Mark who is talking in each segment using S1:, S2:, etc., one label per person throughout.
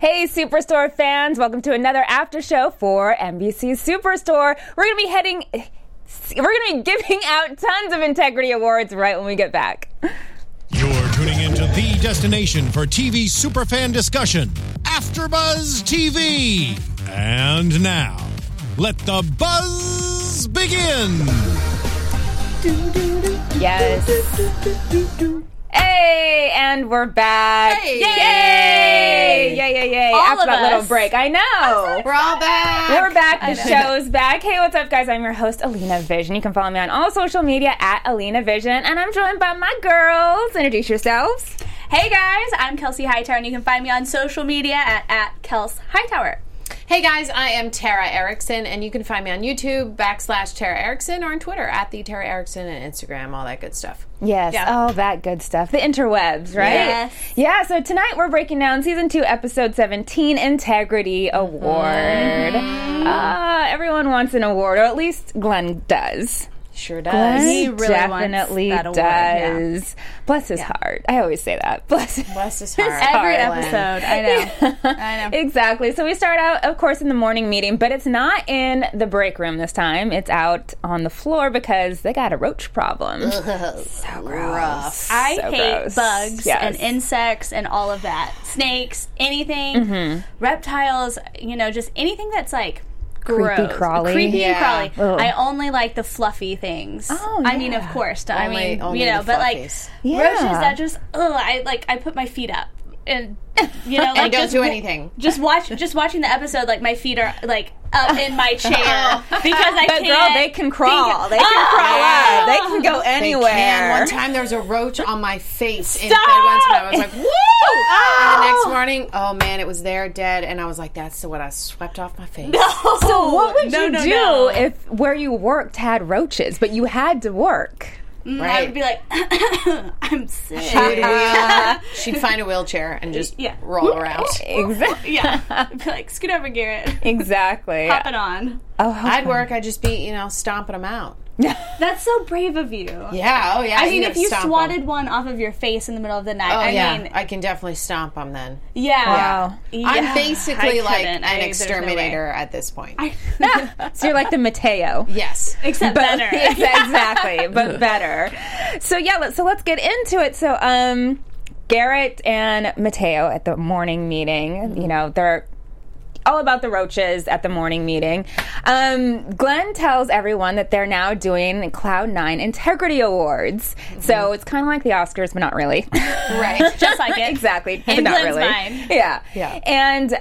S1: Hey, Superstore fans, welcome to another after show for NBC Superstore. We're going to be heading, we're going to be giving out tons of integrity awards right when we get back.
S2: You're tuning into the destination for TV superfan discussion, AfterBuzz TV. And now, let the buzz begin.
S1: Yes. Hey, and we're back.
S3: Hey.
S1: Yay! Yay, yay, yay.
S3: All
S1: After
S3: of
S1: that little
S3: us.
S1: break. I know.
S3: We're all back.
S1: We're back. The show's back. Hey, what's up, guys? I'm your host, Alina Vision. You can follow me on all social media at Alina Vision, and I'm joined by my girls. Introduce yourselves.
S3: Hey guys, I'm Kelsey Hightower, and you can find me on social media at, at Kels Hightower.
S4: Hey guys, I am Tara Erickson, and you can find me on YouTube backslash Tara Erickson or on Twitter at the Tara Erickson and Instagram, all that good stuff.
S1: Yes,
S4: Yeah.
S1: all that good stuff. The interwebs, right?
S3: Yes.
S1: Yeah, so tonight we're breaking down season two, episode 17, Integrity Award.
S3: Mm-hmm.
S1: Uh, everyone wants an award, or at least Glenn does.
S4: Sure does.
S3: He really wants
S1: definitely
S3: that award,
S1: does. Bless his heart. I always say that. Bless
S4: Bless his heart.
S3: Every
S4: Glenn.
S3: episode, I know. I know.
S1: Exactly. So we start out, of course, in the morning meeting, but it's not in the break room this time. It's out on the floor because they got a roach problem. so gross.
S3: I
S1: So
S3: hate
S1: gross.
S3: bugs
S1: Yes.
S3: and insects and all of that. Snakes, anything, reptiles, you know, just anything that's like gross.
S1: crawly.
S3: Creepy and
S4: Yeah.
S3: crawly.
S1: Ugh.
S3: I only like the fluffy things.
S1: Oh,
S3: I mean,
S1: yeah.
S3: of course. I
S4: Only-
S3: mean,
S4: only
S3: you know,
S4: the
S3: but like
S4: fluffies.
S1: Yeah.
S3: roaches that just, ugh, I like, I put my feet up. And you know, like
S4: don't
S3: just
S4: do
S3: wa-
S4: anything.
S3: Just watch, just watching the episode. Like my feet are like up in my chair because I
S1: But
S3: can't.
S1: girl, they can crawl.
S3: think- Ah!
S1: They can crawl up. They can go
S4: They
S1: anywhere.
S4: can. One time there was a roach on my face in bed once, and I was like, woo! And
S1: Ah.
S4: the next morning, oh man, it was there dead, and I was like, that's what I swept off my face.
S1: So what would
S3: No,
S1: you
S3: no,
S1: do
S3: no.
S1: if where you worked had roaches, but you had to work?
S3: I
S4: Right?
S3: would be like, I'm sick.
S4: She'd, wheel- she'd find a wheelchair and just
S3: Yeah.
S4: roll around.
S1: Exactly.
S3: Yeah. I'd be like, scoot over, Garrett.
S1: Exactly.
S3: Pop it on.
S1: Oh.
S4: I'd work, I'd just be, you know, stomping them out.
S3: That's so brave of you.
S4: Yeah, oh yeah.
S3: I mean,
S4: gotta
S3: if you
S4: stomp 'em.
S3: swatted one off of your face in the middle of the night,
S4: Oh
S3: I
S4: yeah,
S3: mean,
S4: I can definitely stomp them then.
S3: yeah.
S1: Wow.
S3: Yeah.
S4: I'm basically
S3: I
S4: like
S3: couldn't.
S4: an
S3: I- there's no way.
S4: exterminator at this point.
S1: So you're like the Mateo.
S4: yes.
S3: Except better.
S1: Yes, exactly, but better. So yeah, let, so let's get into it. So um, Garrett and Mateo at the morning meeting. You know they're all about the roaches at the morning meeting. Um, Glenn tells everyone that they're now doing Cloud Nine Integrity Awards. So it's kind of like the Oscars, but not really.
S4: Right.
S3: Just Mm-hmm. like it.
S1: exactly, but
S3: And
S1: not
S3: Glenn's
S1: really.
S3: mine.
S1: Yeah,
S4: Yeah.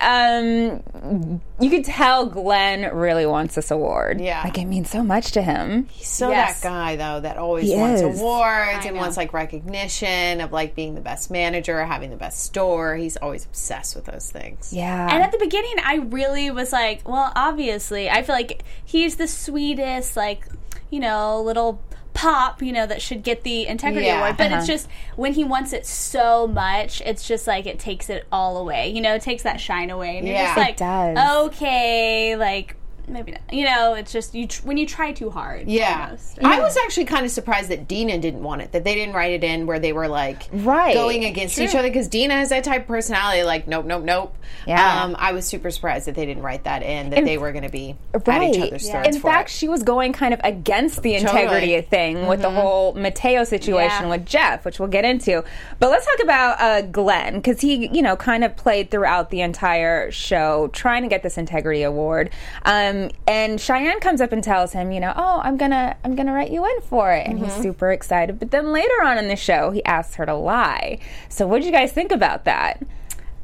S1: And um, you could tell Glenn really wants this award.
S4: Yeah.
S1: like it means so much to him.
S4: So
S3: Yes.
S4: that guy though that always
S1: He
S4: wants
S1: is.
S4: awards and wants like recognition of like being the best manager, having the best store. He's always obsessed with those things.
S1: Yeah,
S3: And at the beginning, I really was like, well, obviously, I feel like he's the sweetest, like, you know, little pop, you know, that should get the integrity
S4: Yeah.
S3: award. But it's just when he wants it so much, it's just like it takes it all away, you know, it takes that shine away. And you're
S4: Yeah.
S3: just
S4: It
S3: like,
S1: does.
S3: okay, like, maybe not. You know, it's just you tr- when you try too hard.
S4: Yeah.
S3: almost.
S4: I was actually kind of surprised that Dina didn't want it, that they didn't write it in where they were like
S1: Right.
S4: going against each other because Dina has that type of personality, like nope, nope, nope.
S1: Yeah.
S4: Um, I was super surprised that they didn't write that in, that they were going to be at each other's throats.
S1: In
S4: for
S1: fact,
S4: it.
S1: she was going kind of against the integrity
S4: Totally. Mm-hmm.
S1: thing with the whole Mateo situation
S3: Yeah.
S1: with Jeff, which we'll get into. But let's talk about uh, Glenn because he, you know, kind of played throughout the entire show trying to get this integrity award. Um, and Cheyenne comes up and tells him, you know, oh, I'm gonna, I'm gonna write you in for it, and
S4: Mm-hmm.
S1: he's super excited. But then later on in the show, he asks her to lie. So, what did you guys think about that?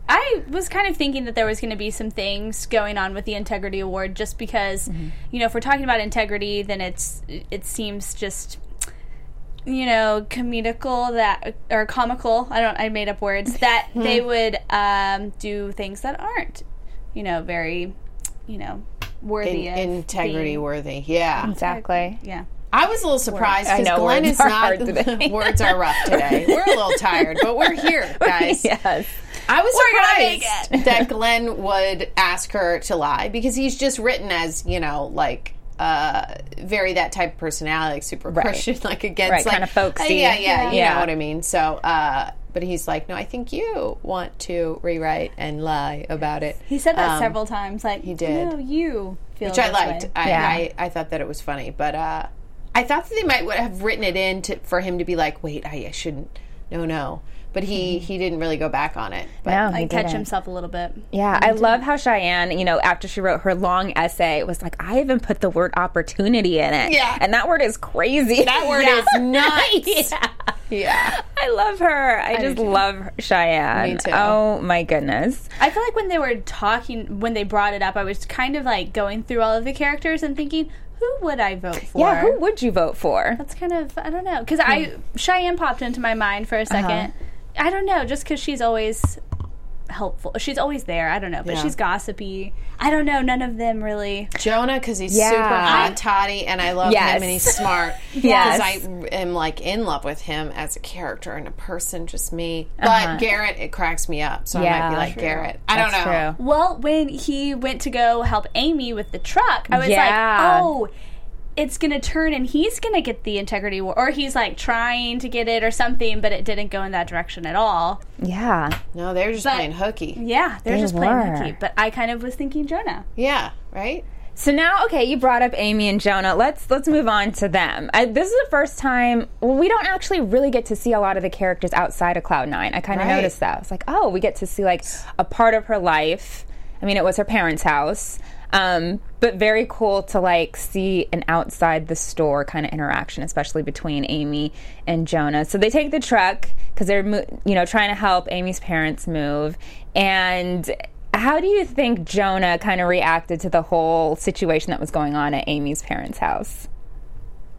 S3: I was kind of thinking that there was going to be some things going on with the integrity award, just because,
S4: Mm-hmm.
S3: you know, if we're talking about integrity, then it's it seems just, you know, comical that or comical. I don't. I made up words that
S4: Hmm.
S3: they would um, do things that aren't, you know, very, you know, worthy
S4: In-
S3: of
S4: integrity
S3: being-
S4: worthy. Yeah.
S1: Exactly.
S3: Yeah.
S4: I was a little surprised
S1: I know,
S4: because Glenn
S1: words
S4: is
S1: are
S4: not.
S1: hard today.
S4: words are rough today. We're a little tired, but we're here, guys.
S1: Yes.
S4: I was
S3: gonna make
S4: surprised that Glenn would ask her to lie because he's just written as you know, like uh, very that type of personality, like super Christian, like against
S1: Right,
S4: like
S1: kinda folksy.
S4: yeah, yeah, you
S1: Yeah.
S4: know what I mean. So uh, But he's like, no, I think you want to rewrite and lie about it.
S3: He said that
S4: Um,
S3: several times. Like he
S4: did.
S3: No, you feel
S4: which I
S3: this
S4: liked.
S3: way."
S4: I,
S1: Oh, Yeah.
S4: I I thought that it was funny, but uh, I thought that they might would have written it in to, for him to be like, wait, I, I shouldn't. No, no. But
S1: Mm-hmm.
S4: he he didn't really go back on it. But
S1: No, he
S3: I catch
S1: didn't.
S3: himself a little bit.
S1: Yeah, I love how Cheyenne, you know, after she wrote her long essay, was like, I even put the word opportunity in it.
S4: Yeah.
S1: And that word is crazy.
S4: that word is nuts. Yeah.
S1: I love her. I, just
S4: do too.
S1: love Cheyenne.
S4: Me too.
S1: Oh my goodness.
S3: I feel like when they were talking, when they brought it up, I was kind of like going through all of the characters and thinking, who would I vote for? Hmm.
S1: Yeah, who would you vote for?
S3: That's kind of I don't know because I Cheyenne popped into my mind for a 2nd I don't know just because she's always helpful. She's always there. I don't know, but
S4: Yeah.
S3: she's gossipy. I don't know. None of them really.
S4: Jonah because he's
S1: Yeah.
S4: super hot toddy, and I love
S1: Yes.
S4: him, and he's smart.
S1: Yes.
S4: because I am like in love with him as a character and a person, just me. But Garrett, it cracks me up, so I might
S1: Uh-huh. Yeah.
S4: be like
S1: True.
S4: Garrett. I don't
S1: That's
S4: know.
S1: true.
S3: Well, when he went to go help Amy with the truck, I was
S1: Yeah.
S3: like, oh. It's gonna turn and he's gonna get the integrity war, or he's like trying to get it or something, but it didn't go in that direction at all.
S1: Yeah.
S4: No, they're just playing hooky.
S3: Yeah, they're
S1: They
S3: just playing
S1: were.
S3: hooky. But I kind of was thinking Jonah.
S4: Yeah, right.
S1: So now, okay, you brought up Amy and Jonah. Let's let's move on to them. I, this is the first time. Well, we don't actually really get to see a lot of the characters outside of Cloud Nine. I kind of
S4: Right.
S1: noticed that. I was like, oh, we get to see like a part of her life. I mean, it was her parents' house, um, but very cool to like see an outside the store kind of interaction, especially between Amy and Jonah. So they take the truck because they're mo- you know trying to help Amy's parents move and. How do you think Jonah kind of reacted to the whole situation that was going on at Amy's parents' house?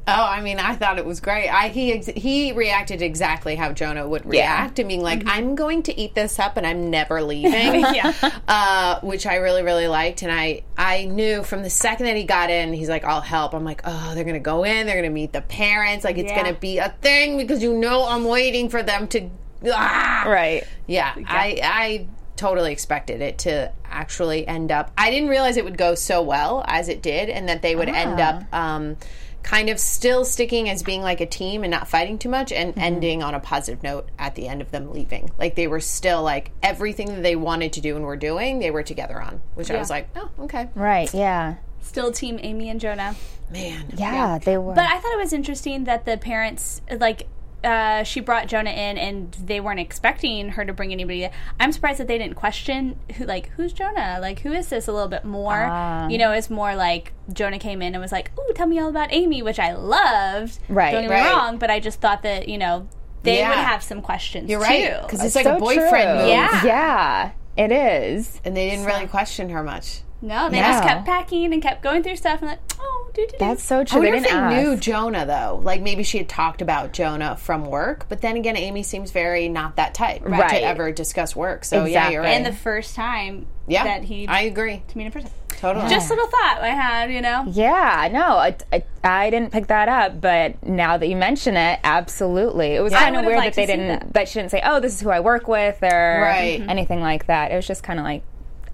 S4: Oh, I mean, I thought it was great. I he ex- he reacted exactly how Jonah would react, and being like, "I'm going to eat this up, and I'm never leaving." yeah, uh, which I really really liked, and I I knew from the second that he got in, he's like, "I'll help." I'm like, "Oh, they're gonna go in. They're gonna meet the parents. Like, it's
S3: Yeah.
S4: gonna be a thing because you know I'm waiting for them to." Ah!
S1: Right.
S4: Yeah, I I totally expected it to actually end up. I didn't realize it would go so well as it did, and that they would end up um, kind of still sticking as being like a team and not fighting too much, and ending on a positive note at the end of them leaving. Like they were still like everything that they wanted to do and were doing, they were together on, which I was like, oh, okay,
S1: Right. Yeah.
S3: Still team Amy and Jonah.
S4: man,
S1: Yeah, they were.
S3: But I thought it was interesting that the parents like uh, she brought Jonah in and they weren't expecting her to bring anybody. in. I'm surprised that they didn't question who like who's Jonah? Like who is this a little bit more.
S1: Ah.
S3: You know, it's more like Jonah came in and was like, "Ooh, tell me all about Amy," which I loved.
S1: Right,
S3: Don't get me
S4: right.
S3: wrong, but I just thought that, you know, they
S4: Yeah.
S3: would have some questions
S4: you're right,
S3: too.
S4: because it's like a boyfriend move,
S3: Yeah.
S1: Yeah. It is.
S4: and they didn't really question her much.
S3: No, they
S1: Yeah.
S3: just kept packing and kept going through stuff and like, "Oh, do do do."
S1: That's so
S4: I
S1: true.
S4: wonder if they
S1: ask.
S4: knew Jonah though. Like maybe she had talked about Jonah from work, but then again, Amy seems very not that type
S1: Right.
S4: to ever discuss work. So yeah, you're
S1: Exactly.
S4: right.
S3: and the first time
S4: yeah,
S3: that he
S4: I agree
S3: to meet in person.
S4: totally.
S3: Just a little thought I had, you know.
S1: Yeah. No, I, I, I didn't pick that up, but now that you mention it, absolutely. It was
S3: I
S1: kind of
S3: would've
S1: weird that
S3: liked
S1: they
S3: to see
S1: didn't. That.
S3: that.
S1: she didn't say, "Oh, this is who I work with," or
S4: Right.
S1: anything like that. It was just kind of like,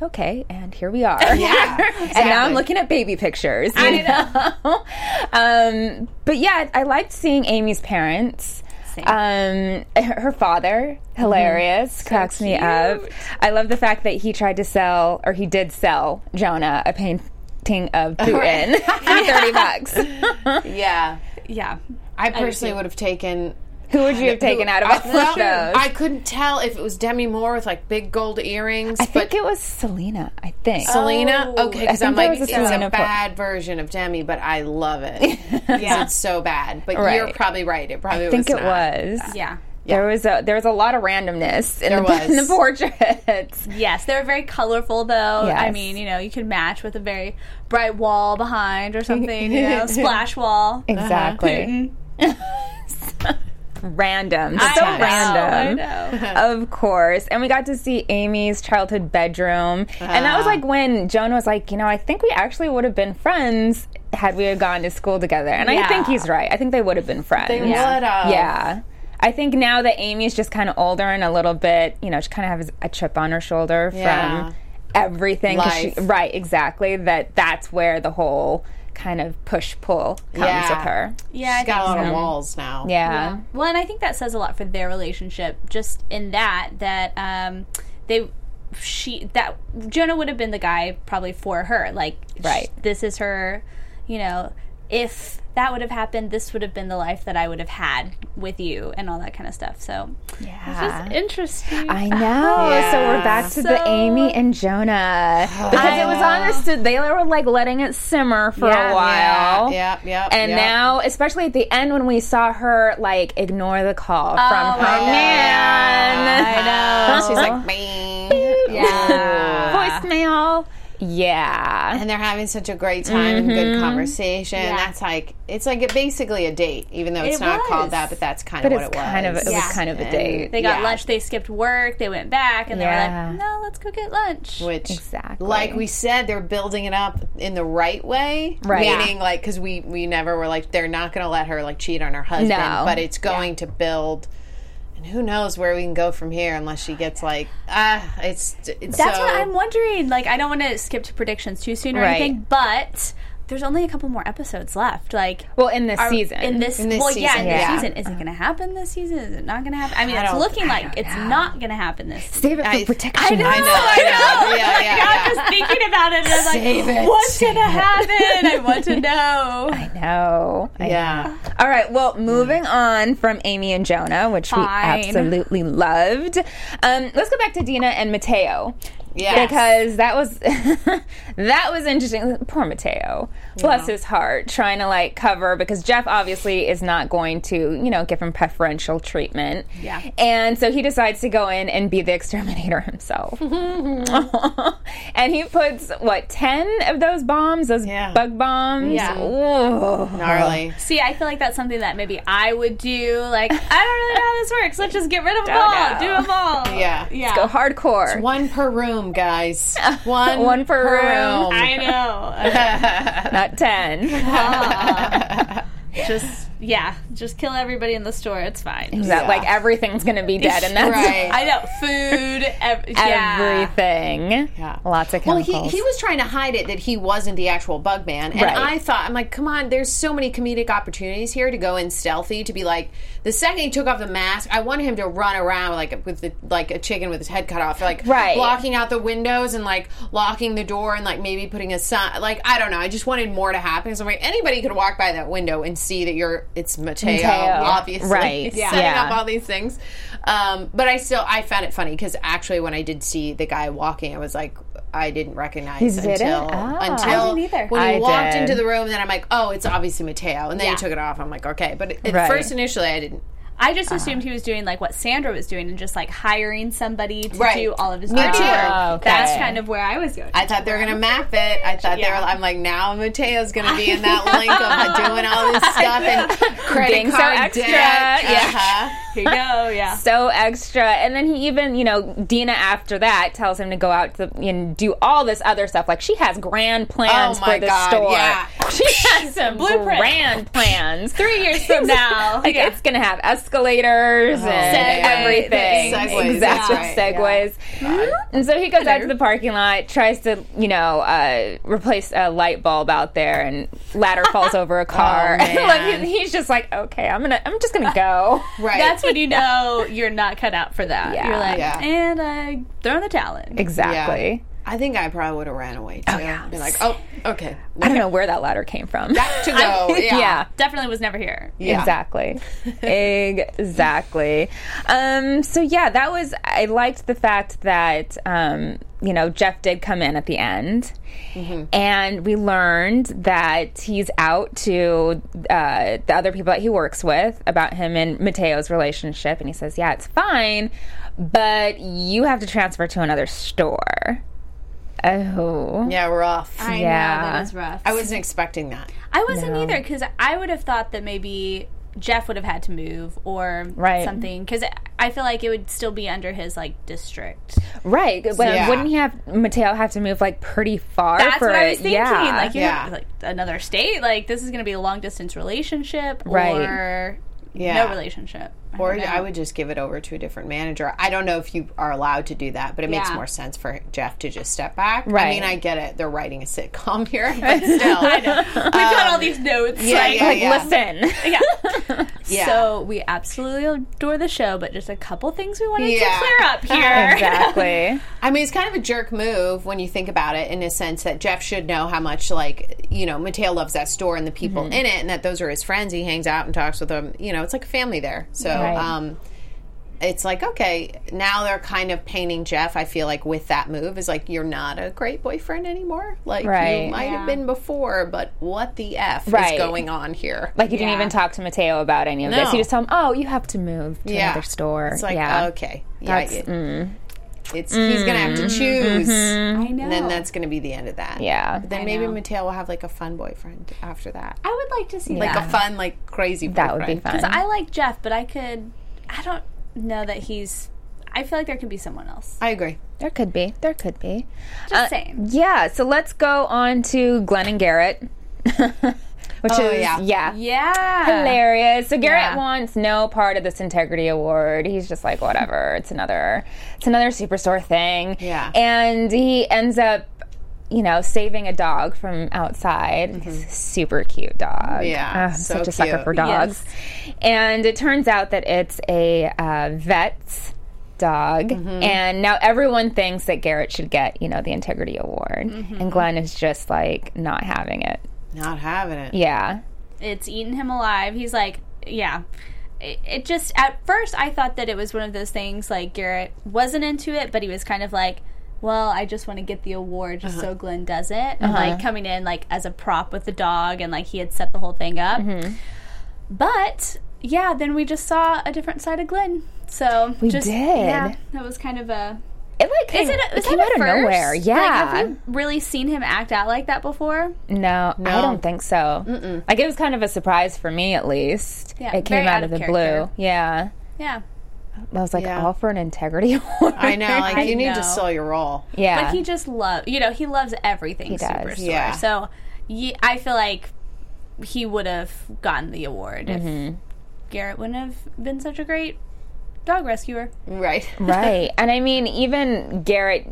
S1: "Okay, and here we are."
S4: yeah,
S1: And now I'm
S4: exactly.
S1: looking at baby pictures. I know. um, but yeah, I liked seeing Amy's parents. Um, her her father,
S4: Mm-hmm.
S1: hilarious, cracks me up. I love the fact that he tried to sell, or he did sell Jonah a painting of Putin for thirty bucks.
S4: yeah.
S3: Yeah.
S4: I personally would have taken.
S1: Who would you have taken out of all
S4: well,
S1: of those?
S4: I couldn't tell if it was Demi Moore with like big gold earrings,
S1: I think
S4: but
S1: it was Selena. I think.
S4: Selena.
S3: Oh.
S1: I
S4: okay, because
S1: think
S4: I'm
S1: there
S4: like
S1: was a
S4: it's a
S1: Selena po-
S4: bad version of Demi, but I love it. yeah, it's so bad. But you're
S1: Right.
S4: probably right. It probably
S1: I think
S4: was
S1: it
S4: not.
S1: was.
S3: Yeah.
S1: There was a there was a lot of randomness in,
S4: There
S1: the,
S4: was.
S1: in the portraits.
S3: Yes, they were very colorful though. I
S1: Yes.
S3: mean, you know, you could match with a very bright wall behind or something, you know, splash wall.
S1: Uh-huh. Exactly. random.
S3: I
S1: so
S3: know,
S1: random.
S3: I know.
S1: Of course. And we got to see Amy's childhood bedroom. And that
S3: Uh-huh.
S1: was like when Joan was like, you know, I think we actually would have been friends had we had gone to school together. And I
S3: Yeah.
S1: think he's right. I think they would have been friends.
S4: They would have.
S1: Yeah. I think now that Amy's just kind of older and a little bit, you know, she kind of has a chip on her shoulder
S4: Yeah.
S1: from everything. 'cause she-
S4: Life.
S1: right, exactly. That that's where the whole kind of push pull comes
S4: Yeah.
S1: with her.
S3: Yeah, I
S4: She's got a
S3: think
S4: lot
S3: so.
S4: of walls now.
S1: Yeah.
S3: Well, and I think that says a lot for their relationship, just in that that um, they she that Jonah would have been the guy probably for her. Like, sh-
S1: Right.
S3: this is her. You know, if that would have happened, this would have been the life that I would have had with you, and all that kind of stuff. So,
S1: Yeah.
S3: it's interesting.
S1: Ah. I know.
S4: Yeah.
S1: So we're back to
S3: So-
S1: the Amy and Jonah because it was honest. They were like letting it simmer for
S3: Yeah.
S1: a while.
S4: Yeah, yeah.
S1: And
S4: yeah.
S1: now, especially at the end when we saw her like ignore the call from her
S3: I know.
S1: man,
S4: I know. She's like, me.
S3: yeah.
S1: voicemail. Yeah.
S4: And they're having such a great time and
S1: Mm-hmm.
S4: good conversation.
S3: Yeah.
S4: That's like, it's like a, basically a date, even though it's
S3: It
S4: not called
S3: was.
S4: that, but that's kind
S1: But
S4: of
S1: it's
S4: what it was.
S1: kind of it
S3: Yeah.
S1: was kind of a date.
S3: They got
S4: Yeah.
S3: lunch. They skipped work. They went back, and
S1: Yeah.
S3: they were like, "No, let's go get lunch."
S4: Which,
S1: Exactly.
S4: like we said, they're building it up in the right way.
S1: Right. Yeah.
S4: Meaning, like, because we, we never were like, they're not going to let her, like, cheat on her husband,
S1: No.
S4: but it's going to build. And who knows where we can go from here unless she gets, like, ah, it's. it's
S3: That's
S4: so,
S3: what I'm wondering. Like, I don't want to skip to predictions too soon or
S1: Right.
S3: anything, but there's only a couple more episodes left. Like,
S1: well in this
S3: are-
S1: season.
S3: in this,
S4: In this
S3: well, yeah, in
S4: season,
S3: this
S4: yeah.
S3: season, is it going to happen this season? Is it not going to happen? I mean,
S4: I
S3: it's
S4: don't-
S3: looking
S1: I
S3: like
S1: don't
S3: it's
S1: know.
S3: not going to happen this. season.
S1: save it for
S4: I-
S1: protection.
S4: I know, I know. yeah, yeah, yeah.
S3: I'm just thinking about it, and I'm like,
S4: Save it.
S3: what's going to happen? I want to know.
S1: No. I
S4: Yeah.
S1: All right. Well, moving on from Amy and Jonah, which we
S3: Fine.
S1: absolutely loved. Um, let's go back to Dina and Mateo.
S4: Yeah.
S1: Because that was that was interesting. Poor Mateo. Bless his heart, trying to like cover because Jeff obviously is not going to, you know, give him preferential treatment.
S3: Yeah.
S1: And so he decides to go in and be the exterminator himself. and he puts what, ten of those bombs, those
S4: Yeah.
S1: bug bombs?
S3: Yeah.
S1: Ugh.
S4: Gnarly.
S3: See, I feel like that's something that maybe I would do. Like, I don't really know how this works. Let's just get rid of them all.
S1: know.
S3: Do them all.
S4: Yeah.
S3: Yeah.
S1: Go hardcore.
S4: One per room, guys. One,
S1: One per room.
S3: I know.
S1: Not 10.
S3: just yeah, just kill everybody in the store. It's fine.
S1: That like everything's going to be dead and that's
S4: Right.
S3: I know food. Ev- yeah.
S1: everything.
S4: Yeah.
S1: Lots of
S4: Well,
S1: chemicals.
S4: he, he was trying to hide it that he wasn't the actual bug man. And
S1: Right.
S4: I thought, I'm like, come on, there's so many comedic opportunities here to go in stealthy, to be like, the second he took off the mask, I wanted him to run around like with the, like a chicken with his head cut off, like
S1: Right.
S4: blocking out the windows and like locking the door and like maybe putting a sign. Like, I don't know. I just wanted more to happen. So I'm like, anybody could walk by that window and see that you're, it's Mateo,
S1: Mateo.
S4: obviously.
S1: Right.
S4: He's Setting
S1: Yeah.
S4: up all these things. Um, but I still, I found it funny because actually when I did see the guy walking, I was like, I didn't recognize
S1: You didn't?
S4: until
S1: Ah.
S4: until
S1: I
S3: didn't either.
S4: when he
S1: I
S4: walked
S1: did.
S4: into the room. Then I'm like, oh, it's obviously Mateo. And then
S3: Yeah.
S4: he took it off. I'm like, okay. But at- at
S1: Right.
S4: first, initially, I didn't.
S3: I just assumed he was doing like what Sandra was doing and just like hiring somebody to
S4: Right.
S3: do all of his
S4: Me
S3: dirty
S4: too.
S3: work.
S1: Oh, okay.
S3: That's kind of where I was going.
S4: I thought they were gonna map it. I thought
S3: Yeah.
S4: they were. I'm like, now Mateo's gonna be in that link of doing all this stuff and credit
S1: Being so
S4: card
S1: extra.
S4: debt.
S1: Yeah.
S4: Uh-huh.
S3: Here you go. Yeah.
S1: so extra. And then he even, you know, Dina after that tells him to go out to and do all this other stuff. Like she has grand plans
S4: Oh, my
S1: for the
S4: God,
S1: store.
S4: yeah.
S1: She has some
S3: Blueprint.
S1: grand plans.
S3: Three years from now.
S1: Like
S3: yeah.
S1: it's gonna have escalators and
S4: Segways.
S1: everything,
S4: Segways, that's
S1: exactly
S4: right,
S1: segways. And so he goes out to the parking lot, tries to you know uh, replace a light bulb out there, and ladder falls over a car. like
S4: man.
S1: he- he's just like, okay, I'm gonna, I'm just gonna go.
S4: Right.
S3: That's when you know you're not cut out for that.
S1: Yeah.
S3: You're like,
S4: Yeah.
S3: and I throw in the talent.
S1: exactly.
S4: I think I probably would have ran away too.
S1: yeah.
S4: Be like, oh, okay.
S1: I don't know where that ladder came from.
S4: Back to go. Yeah.
S1: yeah.
S3: Definitely was never here.
S4: Yeah.
S1: Exactly. exactly. Um, so yeah, that was I liked the fact that um, you know Jeff did come in at the end,
S3: Mm-hmm.
S1: and we learned that he's out to uh, the other people that he works with about him and Mateo's relationship, and he says, "Yeah, it's fine, but you have to transfer to another store." Oh,
S4: Yeah, we're off.
S3: I
S4: I,
S1: Yeah.
S3: know that was rough.
S4: wasn't expecting that.
S3: I wasn't either because I would have thought that maybe Jeff would have had to move or
S1: Right.
S3: something because I feel like it would still be under his like district.
S1: right. Well,
S4: Yeah.
S1: Wouldn't he have Mateo have to move like pretty far?
S3: That's
S1: for
S3: what I
S1: it?
S3: was thinking.
S1: Yeah.
S3: Like, you
S4: Yeah.
S3: have, like another state. Like this is going to be a long distance relationship
S1: Right.
S3: or
S4: Yeah. Um,
S3: no relationship.
S4: or I would just give it over to a different manager. I don't know if you are allowed to do that, but it makes
S3: Yeah.
S4: more sense for Jeff to just step back. I
S1: Right.
S4: mean, I get it; they're writing a sitcom here, but still, I know.
S3: We've got all these notes.
S4: Yeah,
S3: like,
S4: yeah,
S1: Like,
S4: yeah.
S1: listen.
S4: Yeah.
S3: So we absolutely adore the show, but just a couple things we wanted
S4: Yeah.
S3: to clear up here.
S1: exactly.
S4: I mean, it's kind of a jerk move when you think about it in a sense that Jeff should know how much, like, you know, Mateo loves that store and the people
S1: Mm-hmm.
S4: in it and that those are his friends. He hangs out and talks with them. You know, it's like a family there. So,
S1: Right.
S4: um, it's like, okay, now they're kind of painting Jeff, I feel like, with that move is like, you're not a great boyfriend anymore. Like, you
S1: Right.
S4: might have been before, but what the F is
S1: Right.
S4: going on here?
S1: Like you didn't
S3: Yeah.
S1: even talk to Mateo about any of this.
S4: No.
S1: You just tell him, "Oh, you have to move to another store."
S4: It's like,
S1: yeah.
S4: okay. Yeah.
S1: That's- mm. Mm-hmm.
S4: it- It's, He's going to have to choose.
S3: I know.
S4: And then that's going to be the end of that.
S1: Yeah.
S4: But then maybe Mateo will have like a fun boyfriend after that.
S3: I would like to see
S4: Like
S3: that.
S4: a fun, like crazy boyfriend.
S1: that would be fun.
S3: I like Jeff, but I could. I don't know that he's. I feel like there could be someone else.
S4: I agree.
S1: there could be. There could be.
S3: Just
S1: Uh,
S3: saying.
S1: Yeah, so let's go on to Glenn and Garrett. Which
S4: Oh,
S1: is
S4: yeah.
S3: Yeah.
S1: uh, hilarious. So Garrett
S3: Yeah.
S1: wants no part of this integrity award. He's just like, whatever. It's another, it's another superstore thing.
S4: Yeah.
S1: and he ends up, you know, saving a dog from outside. He's a super cute dog.
S4: Mm-hmm. Yeah,
S1: Ah, I'm
S4: so
S1: such a sucker
S4: cute.
S1: for dogs. And it turns out that it's a uh, vet's dog
S4: Mm-hmm.
S1: and now everyone thinks that garrett should get you know the integrity award
S4: Mm-hmm.
S1: and glenn is just like not having it
S4: Not having it.
S1: yeah
S3: it's eaten him alive. He's like, yeah. It, it just at first I thought that it was one of those things like Garrett wasn't into it, but he was kind of like, well, I just want to get the award just
S1: Uh-huh.
S3: so Glenn does it, and like coming in like as a prop with the dog, and like he had set the whole thing up.
S1: Mm-hmm.
S3: But yeah, then we just saw a different side of Glenn. So we just,
S1: did.
S3: Yeah, that was kind of a
S1: It like came,
S3: is it, a-
S1: it
S3: is
S1: came
S3: that
S1: out
S3: a
S1: of
S3: first?
S1: nowhere.
S3: Like,
S1: Yeah.
S3: have we really seen him act out like that before?
S1: no, I don't think so. Like it was kind of a surprise for me, at least.
S3: Yeah,
S1: it came
S3: very
S1: out
S3: out
S1: of the
S3: of character.
S1: blue. Yeah,
S3: Yeah,
S1: I was like,
S4: Yeah.
S1: all for an integrity award.
S4: I know. Like
S3: I
S4: you need
S3: know.
S4: to sell your role.
S1: yeah,
S3: But he just loves, you know, he loves everything
S1: does.
S3: Superstore.
S4: Yeah.
S3: So ye- I feel like he would have gotten the award if
S1: Mm-hmm.
S3: Garrett wouldn't have been such a great dog rescuer.
S4: Right.
S1: right. And I mean, even Garrett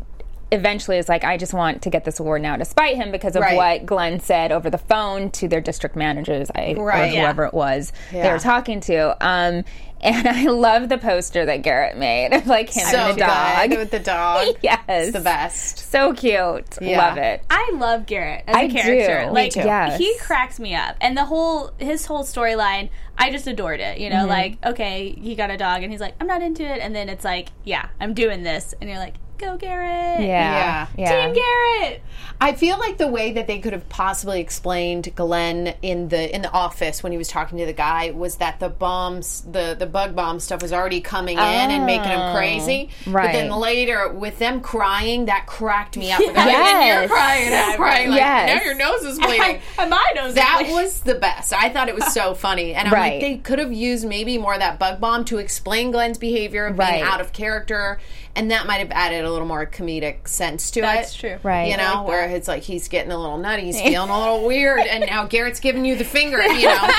S1: eventually is like, I just want to get this award now, despite him, because of
S4: Right.
S1: what Glenn said over the phone to their district managers, I,
S4: Right.
S1: or whoever it was they
S4: Yeah.
S1: were talking to. Um, and I love the poster that Garrett made of like him
S4: So
S1: and the dog.
S4: good with the dog.
S1: Yes,
S4: It's the best.
S1: So cute.
S4: Yeah.
S1: Love it.
S3: I love Garrett as a
S1: I do.
S3: character.
S1: Me
S3: Like
S1: too. Yes.
S3: he cracks me up, and the whole his whole storyline, I just adored it. You know,
S1: Mm-hmm.
S3: like okay, he got a dog, and he's like, I'm not into it, and then it's like, yeah, I'm doing this, and you're like, go Garrett,
S1: Yeah.
S4: Yeah.
S3: Team Garrett.
S4: I feel like the way that they could have possibly explained Glenn in the in the office when he was talking to the guy was that the bombs the the bug bomb stuff was already coming in and making him crazy. But then
S1: right.
S4: later with them crying, that cracked me up. Yes.
S1: Yes.
S4: you're crying, and I'm crying. Like
S1: Yes.
S4: now your nose is bleeding.
S3: And my nose is
S4: That
S3: bleeding.
S4: was the best. I thought it was so funny. And I'm like,
S1: Right.
S4: they could have used maybe more of that bug bomb to explain Glenn's behavior of
S1: Right.
S4: being out of character. And that might have added a little more comedic sense to it.
S3: That's true.
S1: Right.
S4: You know,
S3: like
S4: where it's like he's getting a little nutty, he's feeling a little weird, and now Garrett's giving you the finger, you know,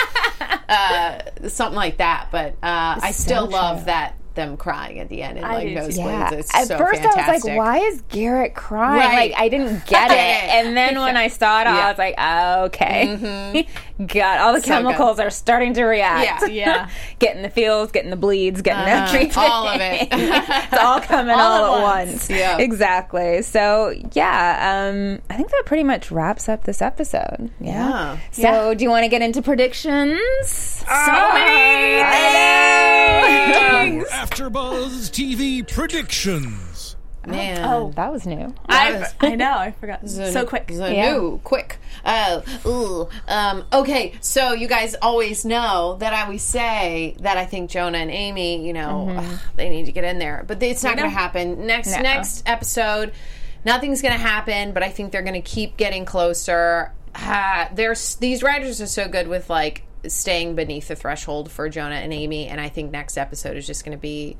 S4: uh, something like that. But uh, I still love that them crying at the end and like
S3: do too.
S4: nosebleeds.
S1: Yeah.
S4: It's
S1: At
S4: so
S1: first, I was
S4: fantastic.
S1: like, "Why is Garrett crying?"
S4: Right.
S1: Like I didn't get it. And then when I saw it, all, I was like, "Okay, God, all the chemicals are starting to react.
S4: Yeah.
S3: Yeah.
S1: getting the feels, getting the bleeds, getting everything.
S4: all of it.
S1: it's all coming Uh-huh. all, at once.
S4: Yeah.
S1: exactly. So yeah, um, I think that pretty much wraps up this episode. Yeah.
S4: Yeah.
S1: So do you want to get into predictions? Ah,
S4: So many
S1: many.
S2: AfterBuzz TV predictions.
S1: Oh,
S4: Man.
S1: That was new.
S3: I, I know. I forgot. so quick.
S4: So
S1: Yeah.
S4: new, quick. Oh, ooh. Um, okay, so you guys always know that I always say that I think Jonah and Amy, you know,
S3: Mm-hmm.
S4: ugh, they need to get in there, but it's not going to happen. Next next episode, nothing's going to happen, but I think they're going to keep getting closer. Ah, there's these writers are so good with like staying beneath the threshold for Jonah and Amy, and I think next episode is just going to be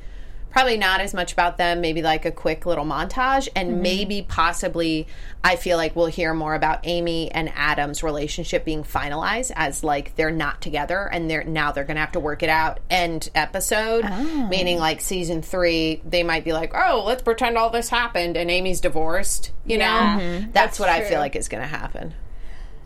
S4: probably not as much about them, maybe like a quick little montage, and
S3: Mm-hmm.
S4: maybe possibly I feel like we'll hear more about Amy and Adam's relationship being finalized as like they're not together and they're now they're gonna have to work it out end episode.
S3: Oh.
S4: Meaning like season three, they might be like, Oh, let's pretend all this happened and Amy's divorced, you
S3: Yeah. Mm-hmm.
S4: know? That's, what I feel like is gonna happen.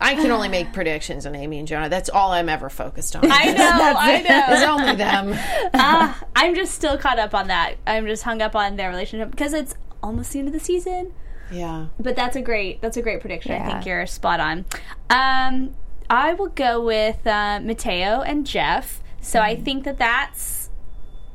S4: I can only make predictions on Amy and Jonah. That's all I'm ever focused on.
S3: I know, I know.
S4: It's only them.
S3: Ah, I'm just still caught up on that. I'm just hung up on their relationship because it's almost the end of the season.
S4: Yeah.
S3: But that's a great that's a great prediction. I think
S1: Yeah.
S3: you're spot on. Um, I will go with uh, Mateo and Jeff. So I
S1: Mm-hmm.
S3: think that that's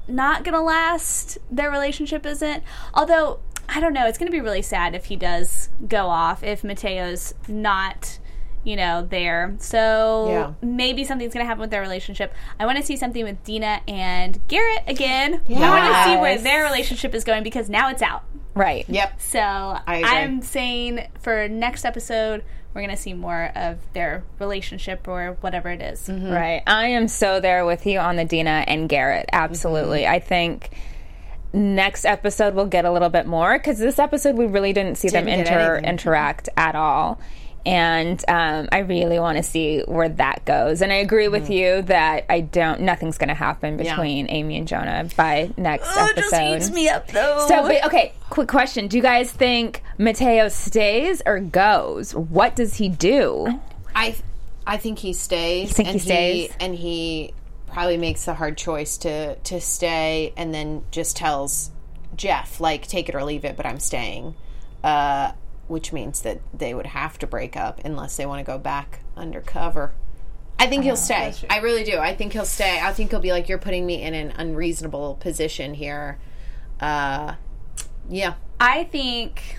S3: not gonna last. Their relationship isn't. Although I don't know, it's gonna be really sad if he does go off. If Mateo's not. You know, there. So
S4: Yeah.
S3: maybe something's going to happen with their relationship. I want to see something with Dina and Garrett again. I want to see where
S1: Yes.
S3: their relationship is going because now it's out.
S1: Right.
S4: Yep.
S3: So
S4: agree.
S3: I'm saying for next episode, we're going to see more of their relationship or whatever it is.
S4: Mm-hmm.
S1: Right. I am so there with you on the Dina and Garrett. Absolutely.
S4: Mm-hmm.
S1: I think next episode we'll get a little bit more because this episode we really didn't see them
S4: Didn't get
S1: inter-
S4: anything.
S1: interact at all. And um, I really want to see where that goes. And I agree
S4: Mm-hmm.
S1: with you that I don't, nothing's going to happen between Amy and Jonah by next
S4: Oh,
S1: episode.
S3: up though.
S1: so, but, okay, quick question. Do you guys think Mateo stays or goes? What does he do?
S4: I I think he stays.
S1: think
S4: and
S1: he stays?
S4: and he probably makes the hard choice to to stay, and then just tells Jeff like take it or leave it, but I'm staying. Uh, which means that they would have to break up unless they want to go back undercover. I think
S1: Ah,
S4: he'll stay. I really do. I think he'll stay. I think he'll be like, "You're putting me in an unreasonable position here." Uh, yeah,
S3: I think,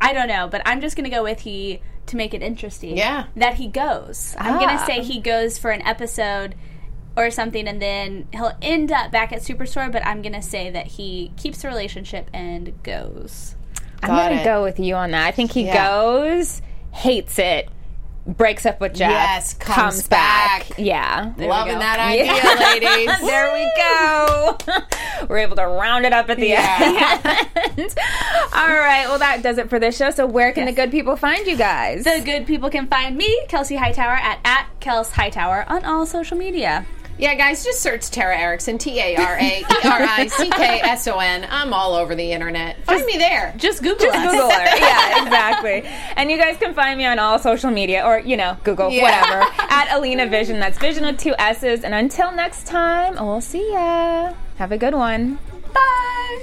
S3: I don't know, but I'm just going to go with he to make it interesting.
S4: Yeah.
S3: That he goes. I'm going to say he goes for an episode or something and then he'll end up back at Superstore, but I'm going to say that he keeps the relationship and goes.
S1: I'm
S4: Got
S1: gonna
S4: it.
S1: go with you on that. I think he
S4: Yeah.
S1: goes, hates it, breaks up with Jeff,
S4: Yes, comes back.
S1: Yeah.
S4: loving
S3: go.
S4: that idea, ladies.
S1: There we go. We're able to round it up at the end. All right. Well, that does it for this show. So, where can the good people find you guys?
S3: The good people can find me, Kelsey Hightower, at, at Kels Hightower on all social media.
S4: Yeah, guys, just search Tara Erickson, T A R A E R I C K S O N. I'm all over the internet. Find me there.
S3: Just Google us.
S1: Google her. Yeah, exactly. And you guys can find me on all social media or, you know, Google,
S4: Yeah.
S1: whatever, at Alina Vision. That's Vision with two S's. And until next time, we'll see ya. Have a good one. Bye.